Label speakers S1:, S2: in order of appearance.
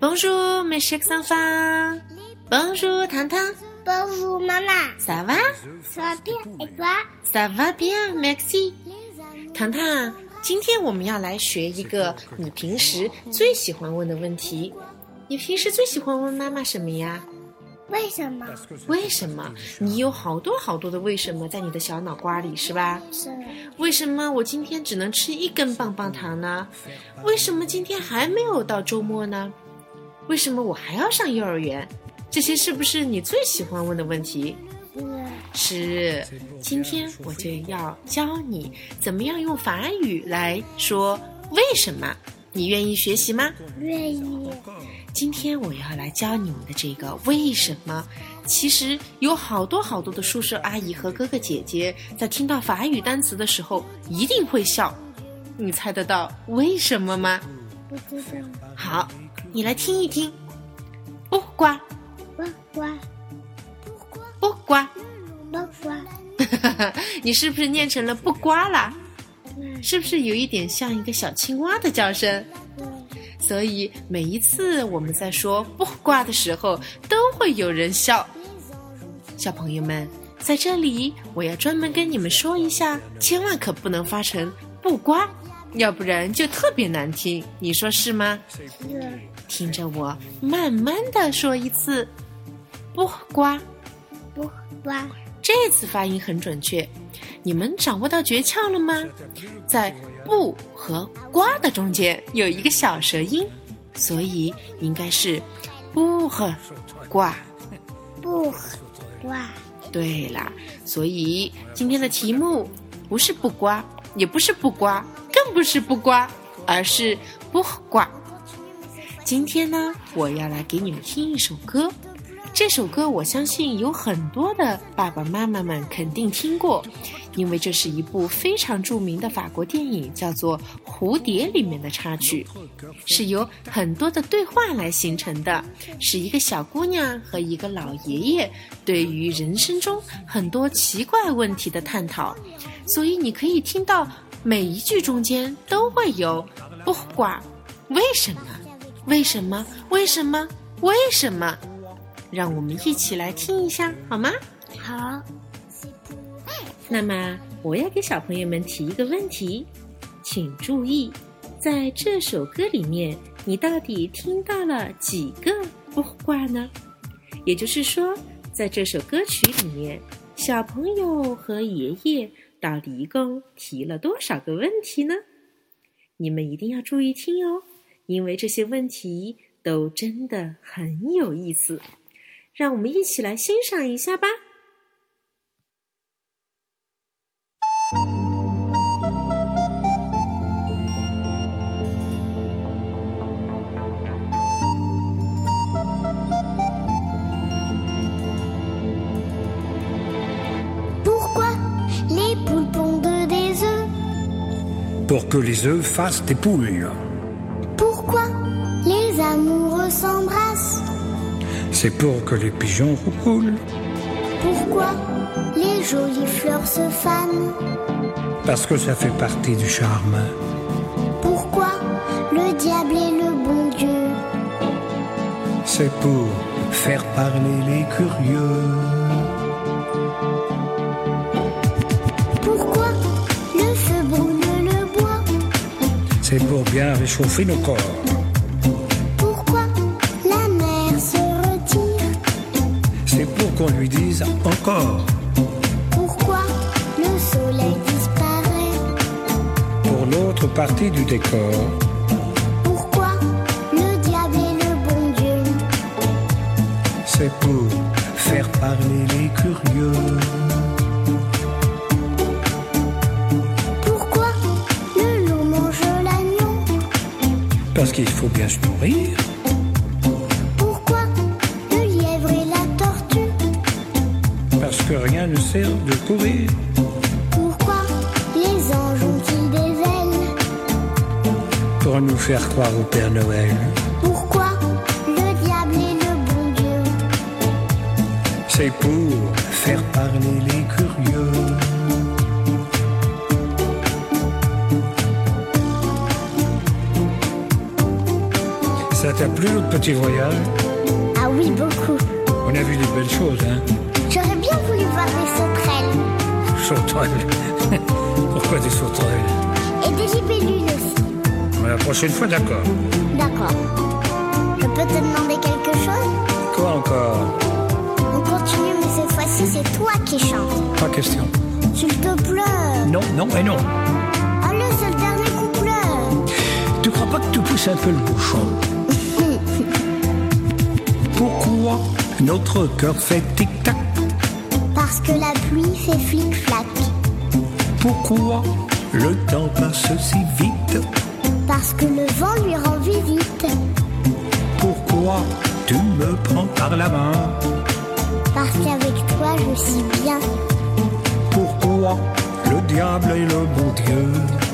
S1: Bonjour mes chers enfants. Bonjour Tantan.
S2: Bonjour maman,
S1: Ça va?
S2: ça va bien et toi
S1: Ça va bien, merci. 糖糖，今天我们要来学一个你平时最喜欢问的问题。你平时最喜欢问妈妈什么呀？
S2: 为什么？
S1: 为什么？你有好多好多的为什么在你的小脑瓜里是吧？
S2: 是
S1: 为什么我今天只能吃一根棒棒糖呢？为什么今天还没有到周末呢？为什么我还要上幼儿园？这些是不是你最喜欢问的问题？
S2: 是
S1: 是，今天我就要教你怎么样用法语来说为什么。你愿意学习吗？
S2: 愿意
S1: 今天我要来教你们的这个为什么。其实有好多好多的叔叔阿姨和哥哥姐姐在听到法语单词的时候一定会笑。你猜得到为什么吗？
S2: 不知道
S1: 好，你来听一听。不瓜
S2: 呱呱
S1: 不瓜，
S2: 呱呱，
S1: 你是不是念成了不瓜啦？
S2: 那
S1: 是不是有一点像一个小青蛙的叫声？
S2: 是
S1: 所以每一次我们在说“不瓜”的时候，都会有人笑。小朋友们，在这里我要专门跟你们说一下，千万可不能发成“不瓜”，要不然就特别难听。你说是吗？
S2: 是
S1: 听着我慢慢的说一次，“不瓜
S2: 不呱，”，
S1: 这次发音很准确。你们掌握到诀窍了吗？在“不”和“瓜”的中间有一个小舌音，所以应该是“不”和“瓜
S2: 不呱，”。
S1: 对啦，所以今天的题目不是“不瓜”，也不是“不瓜”，更不是“不瓜”，而是“不瓜”。今天呢，我要来给你们听一首歌。这首歌我相信有很多的爸爸妈妈们肯定听过，因为这是一部非常著名的法国电影，叫做《蝴蝶》里面的插曲，是由很多的对话来形成的，是一个小姑娘和一个老爷爷对于人生中很多奇怪问题的探讨，所以你可以听到每一句中间都会有“不管为什么”。为什么？为什么？为什么？让我们一起来听一下好吗？
S2: 好，
S1: 那么，
S3: 哎
S1: 我要给小朋友们提一个问题，请注意，在这首歌里面，你到底听到了几个不挂呢？也就是说，在这首歌曲里面，小朋友和爷爷到底一共提了多少个问题呢？你们一定要注意听哦，因为这些问题都真的很有意思。让我们一起来欣赏一下吧。
S3: Pourquoi
S1: 嗯
S3: les poules pondent des œufs
S4: pour que les œufs fassent des poules.
S3: Pourquoi les amoureux s'embrassent
S4: C'est pour que les pigeons roulent,
S3: Pourquoi les jolies fleurs se fanent
S4: parce que ça fait partie du charme,
S3: Pourquoi le diable est le bon Dieu
S4: c'est pour faire parler les curieux.
S3: Pourquoi le feu brûle le bois
S4: C'est pour bien réchauffer nos corps,
S3: Pourquoi la mer se retire
S4: c'est pour qu'on lui dise encore,
S3: Pourquoi le soleil disparaît
S4: pour l'autre partie du décor,
S3: Pourquoi le diable est le bon Dieu
S4: c'est pour faire parler les curieux.
S3: Pourquoi le loup mange l'agneau
S4: Parce qu'il faut bien se nourrir,
S3: Pourquoi le lièvre et la tortue
S4: parce que rien ne sert de courir,
S3: Pourquoi les anges ont-ils des ailes
S4: pour nous faire croire au Père Noël,
S3: Pourquoi le diable est le bon Dieu
S4: c'est pour faire parler les curieux. Ça T'as plu notre petit voyage
S3: Ah oui, beaucoup.
S4: On a vu des belles choses, hein
S3: J'aurais bien voulu voir des sauterelles.
S4: Sauterelles. Pourquoi des sauterelles
S3: Et des libellules aussi.
S4: Mais La prochaine fois, d'accord.
S3: D'accord. Je peux te demander quelque chose
S4: Quoi encore
S3: On continue, mais cette fois-ci, c'est toi qui chantes.
S4: Pas question.
S3: S'il te plaît.
S4: Non, non et non.
S3: Ah le c'est le dernier couplet.
S4: Tu crois pas que tu pousses un peu le bouchon Pourquoi notre cœur fait tic-tac
S3: Parce que la pluie fait flic-flac.
S4: Pourquoi le temps passe si vite
S3: Parce que le vent lui rend visite.
S4: Pourquoi tu me prends par la main
S3: Parce qu'avec toi, je suis bien.
S4: Pourquoi le diable et le bon Dieu